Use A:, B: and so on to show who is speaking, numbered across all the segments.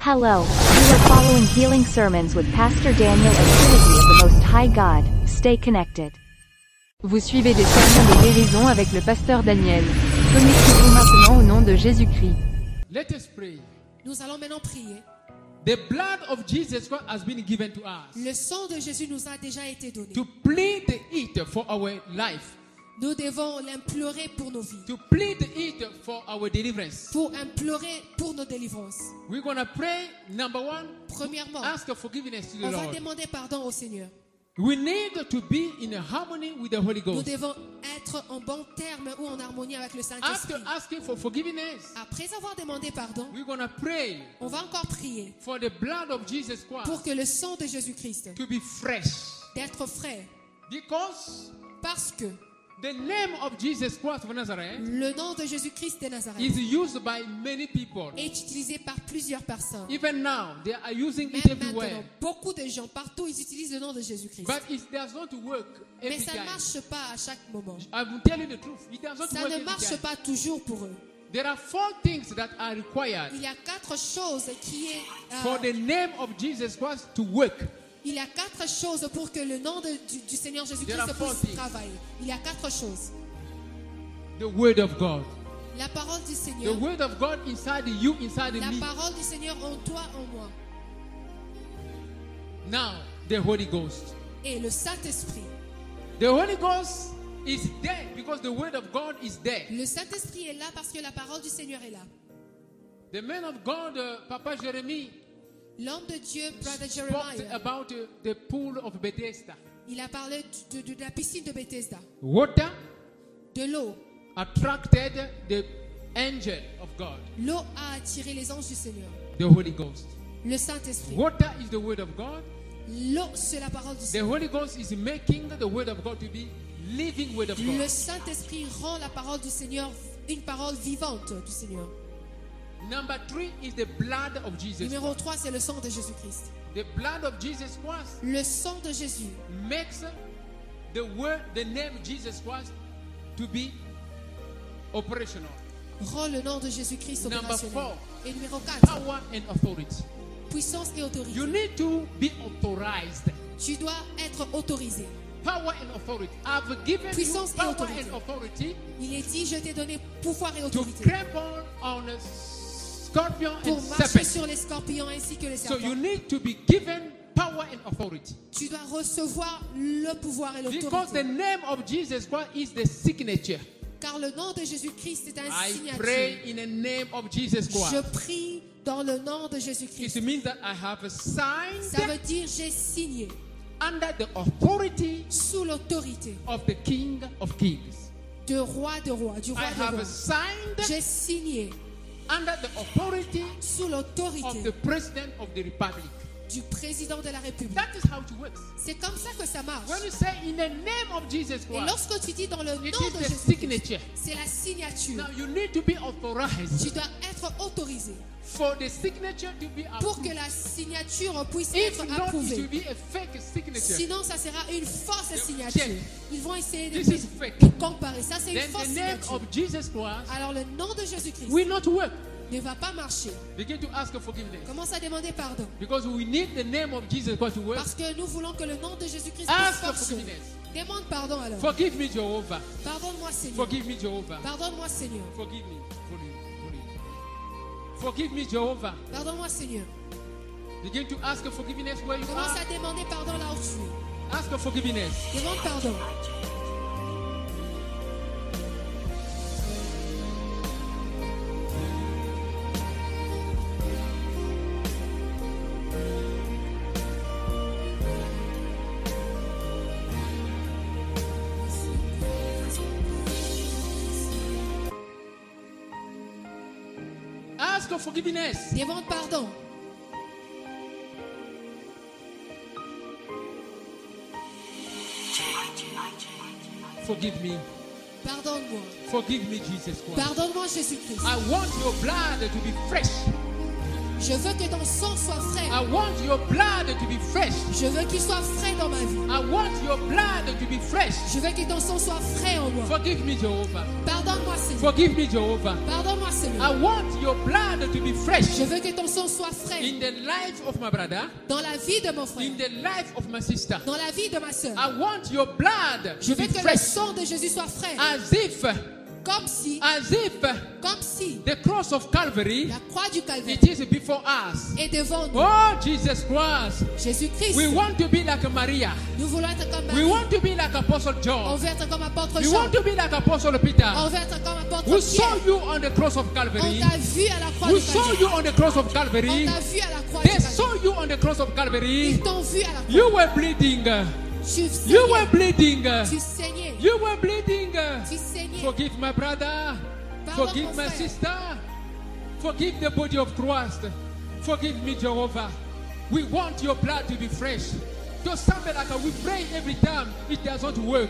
A: Hello, you are following Healing Sermons with Pastor Daniel and Trinity of the Most High God. Stay connected.
B: Vous suivez des sermons de guérison avec le pasteur Daniel. Connectez-vous maintenant au nom de Jésus-Christ.
C: Let us pray.
D: Nous allons maintenant prier.
C: The blood of Jesus Christ has been given to us
D: Le sang de Jésus nous a déjà été donné.
C: to plead it for our life,
D: Nous devons l'implorer pour nos vies,
C: to plead it for our deliverance.
D: pour implorer pour nos délivrances.
C: We're going to pray, number one,
D: Premièrement,
C: ask for forgiveness to the
D: on va
C: Ah, Lord.
D: demander pardon au Seigneur.
C: We need to be in harmony with the Holy
D: Nous
C: Ghost.
D: devons être en bon terme ou en harmonie avec le
C: After
D: Saint-Esprit.
C: asking for forgiveness,
D: Après avoir demandé pardon,
C: we're going to pray
D: on va encore prier
C: for the blood of Jesus
D: pour
C: Christ
D: que le sang de Jésus-Christ,
C: to be fresh.
D: d'être frais,
C: Because
D: parce que
C: the name of Jesus Christ of Nazareth
D: le nom de Jésus-Christ de Nazareth
C: is used by many people.
D: est utilisé par plusieurs personnes.
C: Even now, they are using it
D: Même maintenant,
C: everywhere.
D: beaucoup de gens partout, ils utilisent le nom de Jésus-Christ.
C: But it does not work
D: Mais
C: every
D: ça ne
C: time.
D: marche pas à chaque moment.
C: I will tell you the truth. It does not
D: Ça
C: work
D: ne
C: every
D: marche
C: time.
D: pas toujours pour eux.
C: There are four things that are required
D: Il y a quatre choses qui est. euh,
C: for the name of Jesus Christ to work.
D: il y a quatre choses pour que le nom de- du, du Seigneur
C: There are
D: Jésus-Christ
C: four
D: puisse
C: things.
D: travailler. Il y a quatre choses.
C: The word of God.
D: La parole du
C: The
D: Seigneur.
C: word of God inside you, inside
D: La
C: me.
D: parole du Seigneur en toi, en moi.
C: Now, the Holy Ghost.
D: Et le Saint-Esprit.
C: The Holy Ghost is there because the word of God is there.
D: Le Saint-Esprit est là parce que la parole du Seigneur est là.
C: The man of God, uh, Papa Jeremy,
D: L'homme de Dieu, Brother
C: talked
D: Jeremiah,
C: about uh, the pool of Bethesda.
D: il a parlé de, de- de la piscine de Bethesda,
C: Water
D: de l'eau.
C: attracted the angel of God,
D: L'eau a attiré les anges du Seigneur.
C: the Holy Ghost.
D: Le Saint-Esprit.
C: Water is the word of God.
D: L'eau, c'est la parole du
C: The
D: Seigneur.
C: Holy Ghost is making the word of God to be living word of
D: Le
C: God.
D: Saint-Esprit rend la parole du Seigneur une parole vivante du Seigneur.
C: Number three is the blood of Jesus.
D: Numéro 3, c'est le sang de Jésus-Christ.
C: The blood of Jesus Christ
D: Le sang de Jésus
C: makes the word, the name Jesus Christ to be operational.
D: rend le nom de Jésus-Christ
C: Number
D: opérationnel.
C: four.
D: Et numéro 4,
C: Power and authority.
D: puissance et autorité.
C: You need to be authorized.
D: Tu dois être autorisé.
C: Power and authority. I've given you
D: Puissance et
C: power
D: autorité.
C: and authority
D: Il est dit, je t'ai donné pouvoir et
C: to
D: autorité
C: crumble on a scorpion
D: pour
C: and
D: marcher
C: serpent.
D: sur les scorpions ainsi que les
C: So you
D: serpents.
C: need to be given power and authority.
D: Tu dois recevoir le pouvoir et
C: Because the
D: l'autorité.
C: name of Jesus Christ is the signature.
D: Car le nom de Jésus-Christ est un
C: I
D: signature.
C: pray in the name of Jesus
D: Je
C: Christ.
D: prie dans le nom de Jésus-Christ.
C: It means that I have signed
D: Ça veut dire j'ai signé
C: under the authority
D: sous l'autorité
C: of the King of Kings.
D: de roi de roi, du
C: I
D: roi de roi.
C: have signed
D: J'ai signé
C: under the authority
D: sous
C: of
D: l'autorité
C: the President of the Republic.
D: du président de la République.
C: That is how it works.
D: C'est comme ça que ça marche.
C: When you say in the name of Jesus
D: Et
C: Christ,
D: lorsque tu dis dans le nom
C: it is
D: de
C: the
D: Jésus,
C: signature.
D: c'est la signature.
C: Now you need to be
D: Tu
C: authorized
D: dois être autorisé
C: for the signature to be
D: pour que
C: approved.
D: la signature puisse
C: If
D: être
C: not, it will
D: approuvée.
C: be a fake signature.
D: Sinon, ça sera une fausse
C: Check.
D: signature. Ils vont essayer de
C: This is
D: de
C: fake.
D: comparer. Ça, c'est
C: Then
D: une
C: the
D: fausse
C: name
D: signature.
C: of Jesus Christ
D: Alors, le nom de Jésus-Christ
C: will not work.
D: ne va pas marcher.
C: Begin to ask for forgiveness.
D: Commence à demander pardon.
C: Because we need the name of Jesus Christ to work.
D: Parce que nous voulons que le nom de Jésus-Christ
C: Ask
D: puisse
C: for
D: marcher.
C: forgiveness.
D: Demande pardon alors.
C: Forgive me, Jehovah.
D: Pardonne-moi Seigneur.
C: Forgive me, Jehovah.
D: Pardonne-moi Seigneur.
C: Forgive me. Forgive me. Forgive me. Forgive me, Jehovah.
D: Pardonne-moi Seigneur.
C: Begin to ask for forgiveness where you
D: Commence
C: are.
D: à demander pardon là où tu
C: Ask for forgiveness.
D: es. Demande pardon.
C: Ask for forgiveness.
D: Demande pardon.
C: Forgive me.
D: Pardonne-moi.
C: Forgive me, Jesus Christ. Ah.
D: Pardonne-moi Jésus-Christ.
C: I want your blood to be fresh.
D: Je veux que ton sang soit frais.
C: I want your blood to be fresh.
D: Je veux qu'il soit frais dans ma vie.
C: I want your blood to be fresh.
D: Je veux que ton sang soit frais en moi.
C: Forgive me, Jehovah.
D: Pardonne-moi, Seigneur.
C: Forgive me, Jehovah.
D: Pardonne-moi, Seigneur.
C: I want your blood to be fresh
D: Je veux que ton sang soit frais
C: in the life of my brother,
D: dans la vie de mon frère,
C: in the life of my sister.
D: dans la vie de ma soeur.
C: I want your blood
D: Je
C: to
D: veux
C: be
D: que le
C: fresh Ah.
D: sang de Jésus soit frais.
C: as if,
D: Comme si,
C: as if
D: comme si
C: the cross of Calvary
D: la croix du Calvaire
C: it is before us.
D: est devant nous.
C: Oh, Jesus Christ,
D: Jésus-Christ,
C: we want to be like Maria.
D: nous voulons être comme
C: We
D: Marie.
C: want to be like Apostle
D: On
C: John.
D: veut être comme apôtre
C: We
D: Jean.
C: want to be like Apostle Peter.
D: On veut être comme
C: Who
D: apôtre
C: saw
D: Pierre.
C: you on the cross of
D: On
C: Calvary?
D: t'a vu à la croix
C: Who
D: du
C: saw
D: Calvaire.
C: you on the cross of
D: On
C: Calvary?
D: t'a vu à la croix
C: They
D: du Calvaire.
C: saw you on the cross of Calvary.
D: Ils t'ont vu à la croix.
C: You were bleeding.
D: Tu saignais.
C: You were bleeding.
D: Tu saignais.
C: You were bleeding.
D: Tu saignais.
C: Forgive my brother.
D: Pardon,
C: Forgive
D: mon
C: my
D: frère.
C: sister. Forgive the body of Christ. Forgive me, Jehovah. We want your blood to be fresh. To something like we pray every time it doesn't work.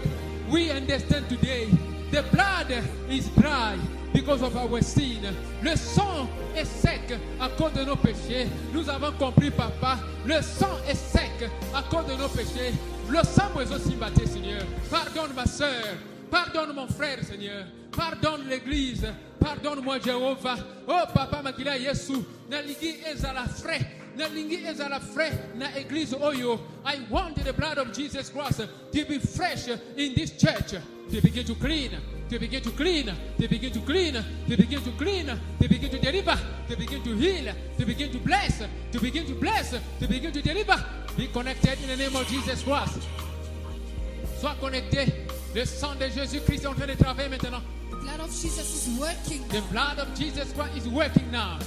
C: We understand today the blood is dry because of our sin. Le sang est sec à cause de nos péchés. Nous avons compris, Papa. Le sang est sec à cause de nos péchés. Le sang est aussi battu, Seigneur. Pardonne ma soeur. Pardonne mon frère, Seigneur. Pardonne l'église. Pardonne-moi, Jéhovah. Oh, papa, makila Yesu. Na ligi ezala frais. Na lingi ezala frais. Na église oyo. I want the blood of Jesus Christ to be fresh in this church. To begin to clean. To begin to clean. To begin to clean. To begin to clean. To begin to deliver. To begin to heal. To begin to bless. To begin to bless. To begin to deliver. Be connected in the name of Jesus Christ. Sois connecté. Le sang de Jésus-Christ est en train de travailler maintenant.
D: The blood of Jesus is working.
C: The blood of Jesus Christ is working now.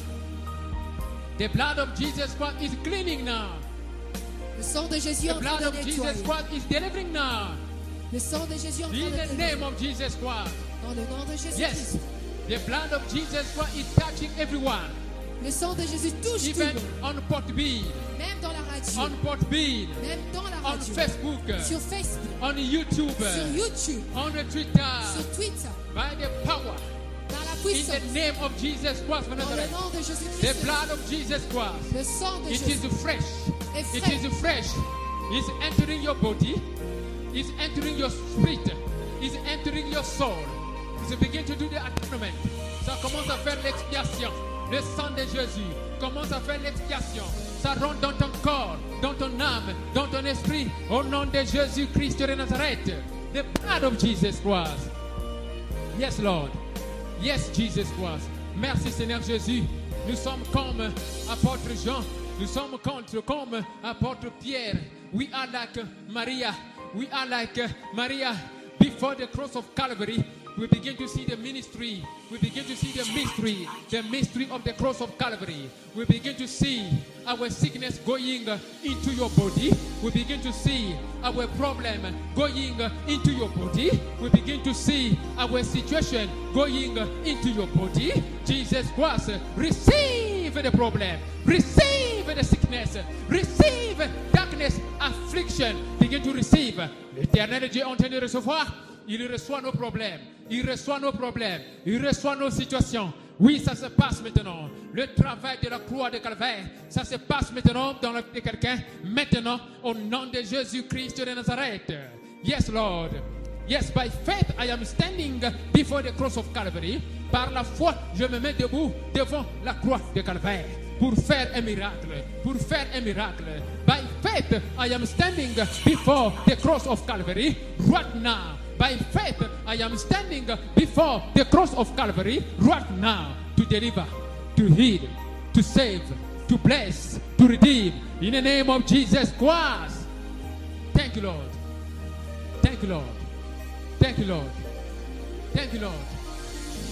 C: The blood of Jesus Christ is cleaning now.
D: Le sang de Jésus est
C: The
D: en train
C: blood of
D: de
C: Jesus
D: nettoyer.
C: Christ is delivering now.
D: Le sang de Jésus est en train
C: In
D: de
C: the
D: nettoyer.
C: name of Jesus Christ.
D: Dans le nom de Jésus-Christ.
C: Yes. The blood of Jesus Christ is touching everyone.
D: Le sang de Jésus touche tout.
C: Even
D: le monde.
C: on Port Bean,
D: Même dans la radio.
C: on Port Bean,
D: Même dans la
C: on
D: radio.
C: Facebook,
D: Sur Facebook.
C: on
D: Sur
C: YouTube,
D: YouTube.
C: on Twitter,
D: Sur Twitter.
C: by the power
D: Dans la
C: in
D: puissance.
C: the name of Jesus Christ. of
D: Dans le
C: Nazareth.
D: nom de
C: The
D: Jésus-Christ.
C: blood of Jesus Christ.
D: Le sang de
C: It
D: Jésus.
C: is fresh.
D: It's
C: It
D: fresh.
C: is fresh. It's entering your body. It's entering your spirit. It's entering your soul. You begin to do the atonement. Ça commence à faire l'expiation. Le sang de Jésus commence à faire l'expiation. Ça rentre dans ton corps, dans ton âme, dans ton esprit. Au nom de Jésus-Christ de Nazareth. The blood of Jesus Christ. Yes, Lord. Yes, Jesus Christ. Merci, Seigneur Jésus. Nous sommes comme apôtre Jean. Nous sommes contre comme apôtre Pierre. We are like Maria. We are like Maria. Before the cross of Calvary, we begin to see the ministry. We begin to see the mystery, the mystery of the cross of Calvary. We begin to see our sickness going into your body. We begin to see our problem going into your body. We begin to see our situation going into your body. Jesus Christ, receive the problem, receive the sickness, receive darkness, affliction. Begin to receive. L'éternel Dieu est en train de recevoir. Il reçoit nos problèmes, il reçoit nos problèmes, il reçoit nos situations. Oui, ça se passe maintenant. Le travail de la croix de Calvaire, ça se passe maintenant dans le de quelqu'un. Maintenant, au nom de Jésus-Christ de Nazareth. Yes, Lord. Yes, by faith, I am standing before the cross of Calvary. Par la foi, je me mets debout devant la croix de Calvaire pour faire un miracle, pour faire un miracle. By faith, I am standing before the cross of Calvary right now. By faith, I am standing before the cross of Calvary right now to deliver, to heal, to save, to bless, to redeem. In the name of Jesus Christ. Thank you, Lord. Thank you, Lord. Thank you, Lord. Thank you, Lord.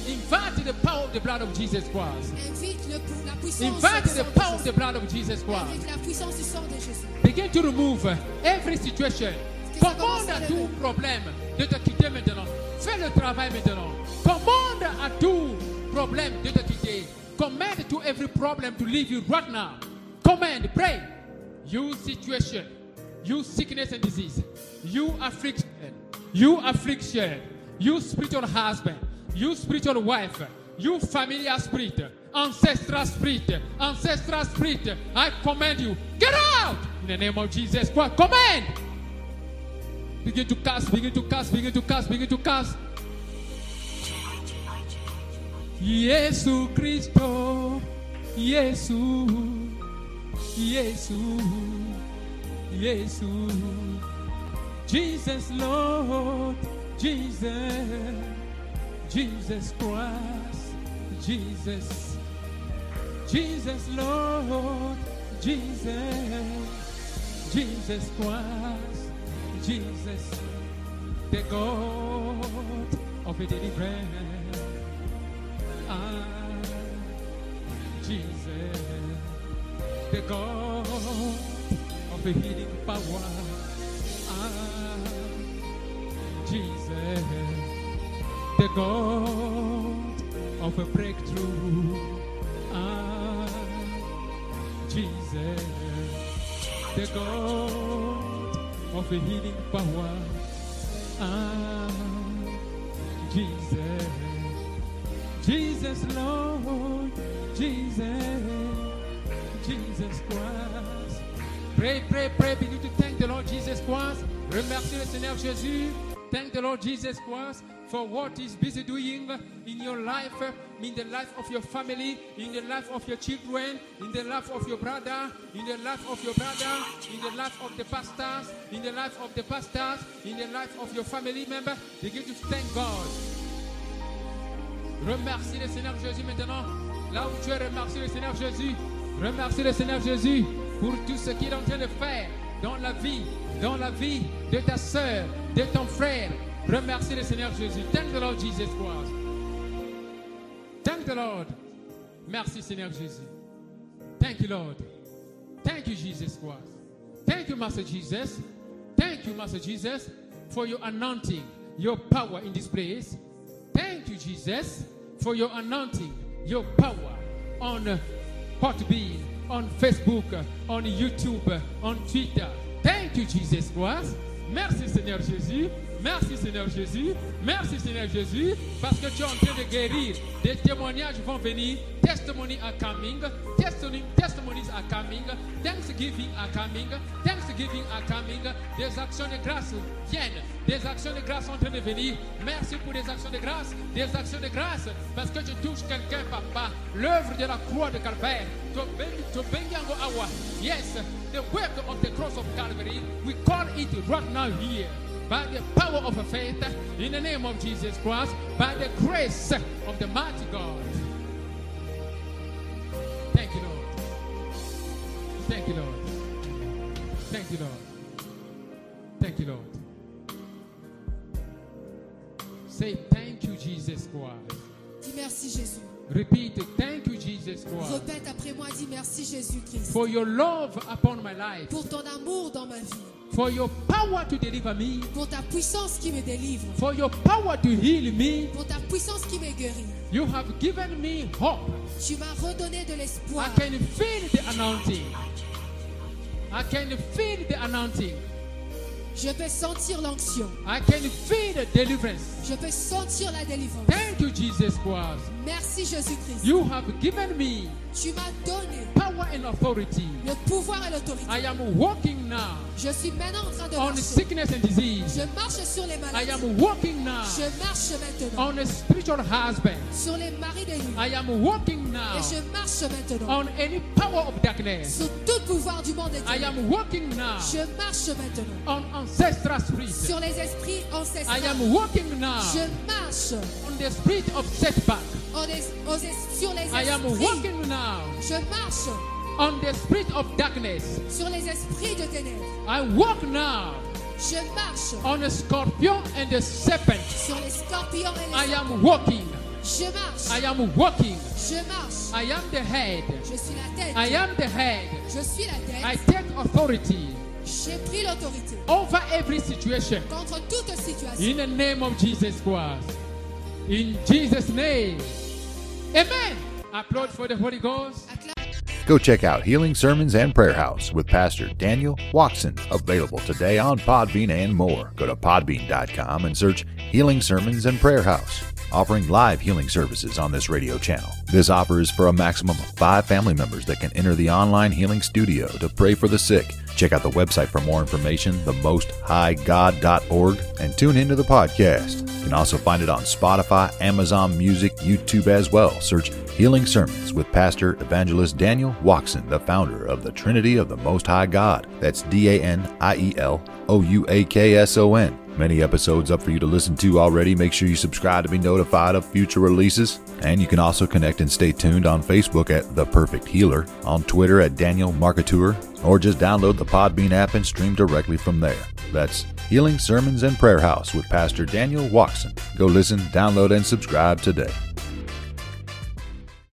C: Invite the power of the blood of Jesus Christ.
D: Invite le, pou- la puissance
C: Invite
D: du sang
C: the
D: de
C: power of
D: Jésus.
C: the blood of Jesus Christ.
D: Invite la puissance du sang de Jésus.
C: Begin to remove every situation. Commande à tout problème de te quitter maintenant. Fais le travail maintenant. Commande à tout problème de te quitter. Command to every problem to leave you right now. Command, pray. You situation, you sickness and disease, you affliction, you affliction, you spiritual husband, you spiritual wife, you familiar spirit. ancestral spirit, ancestral spirit, I command you, get out in the name of Jesus Christ. Command. Begin to cast, begin to cast, begin to cast, begin to cast. Yesu Kristo, Yesu, Yesu, Yesu, Jesus Lord, Jesus, Jesus Christ, Jesus, Jesus Lord, Jesus, Jesus Christ, Jesus, the God of the deliverance. Ah, Jesus, the God of the healing power. Ah, Jesus, the God of a breakthrough. Ah, Jesus, the God of a healing power. Ah, Jesus. Jesus Lord, Jesus, Jesus Christ. Pray, pray, pray, begin to thank the Lord Jesus Christ. Remercie le Seigneur Jésus. Thank the Lord Jesus Christ for what He's busy doing in your life, in the life of your family, in the life of your children, in the life of your brother, in the life of your brother, in the life of the pastors, in the life of the pastors, in the life of your family member. Begin to thank God. Remercie le Seigneur Jésus maintenant. Là où tu es, remercie le Seigneur Jésus. Remercie le Seigneur Jésus pour tout ce qu'il est en train de faire dans la vie, dans la vie de ta sœur, de ton frère. Remercie le Seigneur Jésus. Thank the Lord Jesus Christ. Thank the Lord. Merci Seigneur Jésus. Thank you, Lord. Thank you, Jesus Christ. Thank you, Master Jesus. Thank you, Master Jesus, for your anointing, your power in this place. Thank you, Jesus, for your anointing, your power on uh, Hotbean, on Facebook, uh, on YouTube, uh, on Twitter. Thank you, Jesus Christ. Merci, Seigneur Jésus. Merci, Seigneur Jésus. Merci, Seigneur Jésus, parce que tu es en train de guérir. Des témoignages vont venir. Testimonies are coming. Testimony, testimonies are coming. Thanksgiving are coming. Thanksgiving are coming. Des actions de grâce viennent. Des actions de grâce sont en train de venir. Merci pour des actions de grâce. Des actions de grâce. Parce que tu touches quelqu'un, papa. L'œuvre de la croix de Calvaire. Tobengi- Tobengiango Awa. Yes, the work of the cross of Calvary. We call it right now here by the power of faith in the name of Jesus Christ, by the grace of the mighty God. Thank you, Lord. Thank you, Lord. Thank you, Lord. Thank you, Lord. Say thank you, Jesus Christ.
D: Dis merci Jésus.
C: Repeat, thank you, Jesus Christ,
D: Répète après moi, dis merci Jésus-Christ.
C: for your love upon my life,
D: Pour ton amour dans ma vie.
C: for your power to deliver me,
D: Pour ta puissance qui me délivre.
C: for your power to heal me.
D: Pour ta puissance qui me guérit.
C: You have given me hope.
D: Tu m'as redonné de
C: I
D: l'espoir.
C: can feel the anointing. I can feel the anointing.
D: Je peux sentir l'onction.
C: I can feel the deliverance.
D: Je peux sentir la délivrance.
C: Thank you, Jesus Christ.
D: Merci Jésus-Christ.
C: You have given me
D: Tu m'as donné
C: power and authority.
D: le pouvoir et l'autorité.
C: I am walking now
D: Je suis maintenant en train de
C: on
D: marcher.
C: sickness and disease.
D: Je marche sur les
C: I
D: maladies.
C: am walking now
D: Je marche maintenant
C: on a spiritual husband.
D: sur les maris de nuit.
C: I am walking now
D: Et je marche maintenant
C: on any power of darkness.
D: sur tout pouvoir du monde
C: I
D: éternel.
C: am walking now
D: Je marche maintenant
C: on ancestral spirit.
D: sur les esprits
C: I
D: ancestraux.
C: am walking now
D: Je marche
C: on the spirit of setback.
D: en es- aux es- sur les
C: I am
D: esprits.
C: walking now
D: Je marche
C: on the spirit of darkness.
D: sur les esprits de ténèbres.
C: I walk now
D: Je marche
C: on a scorpion and a serpent.
D: sur les scorpions et
C: I
D: les
C: am walking.
D: Je marche.
C: I am walking.
D: Je marche.
C: I am the head.
D: Je suis la tête.
C: I am the head.
D: Je suis la
C: I
D: tête.
C: take authority
D: J'ai pris l'autorité
C: over every situation
D: contre toute situation.
C: in the name of Jesus Christ. In Jesus' name. Amen. Applaud for the Holy Ghost.
D: Acclame-
E: Go check out Healing Sermons and Prayer House with Pastor Daniel Watson, available today on Podbean and more. Go to podbean.com and search Healing Sermons and Prayer House. offering live healing services on this radio channel. This offer is for a maximum of five family members that can enter the online healing studio to pray for the sick. Check out the website for more information, themosthighgod.org, and tune into the podcast. You can also find it on Spotify, Amazon Music, YouTube as well. Search Healing Sermons with Pastor Evangelist Daniel Watson, the founder of the Trinity of the Most High God. That's D A N I E L O U A K S O N. Many episodes up for you to listen to already. Make sure you subscribe to be notified of future releases. And you can also connect and stay tuned on Facebook at The Perfect Healer, on Twitter at Daniel Marketeur, or just download the Podbean app and stream directly from there. That's Healing Sermons and Prayer House with Pastor Daniel Watson. Go listen, download, and subscribe today.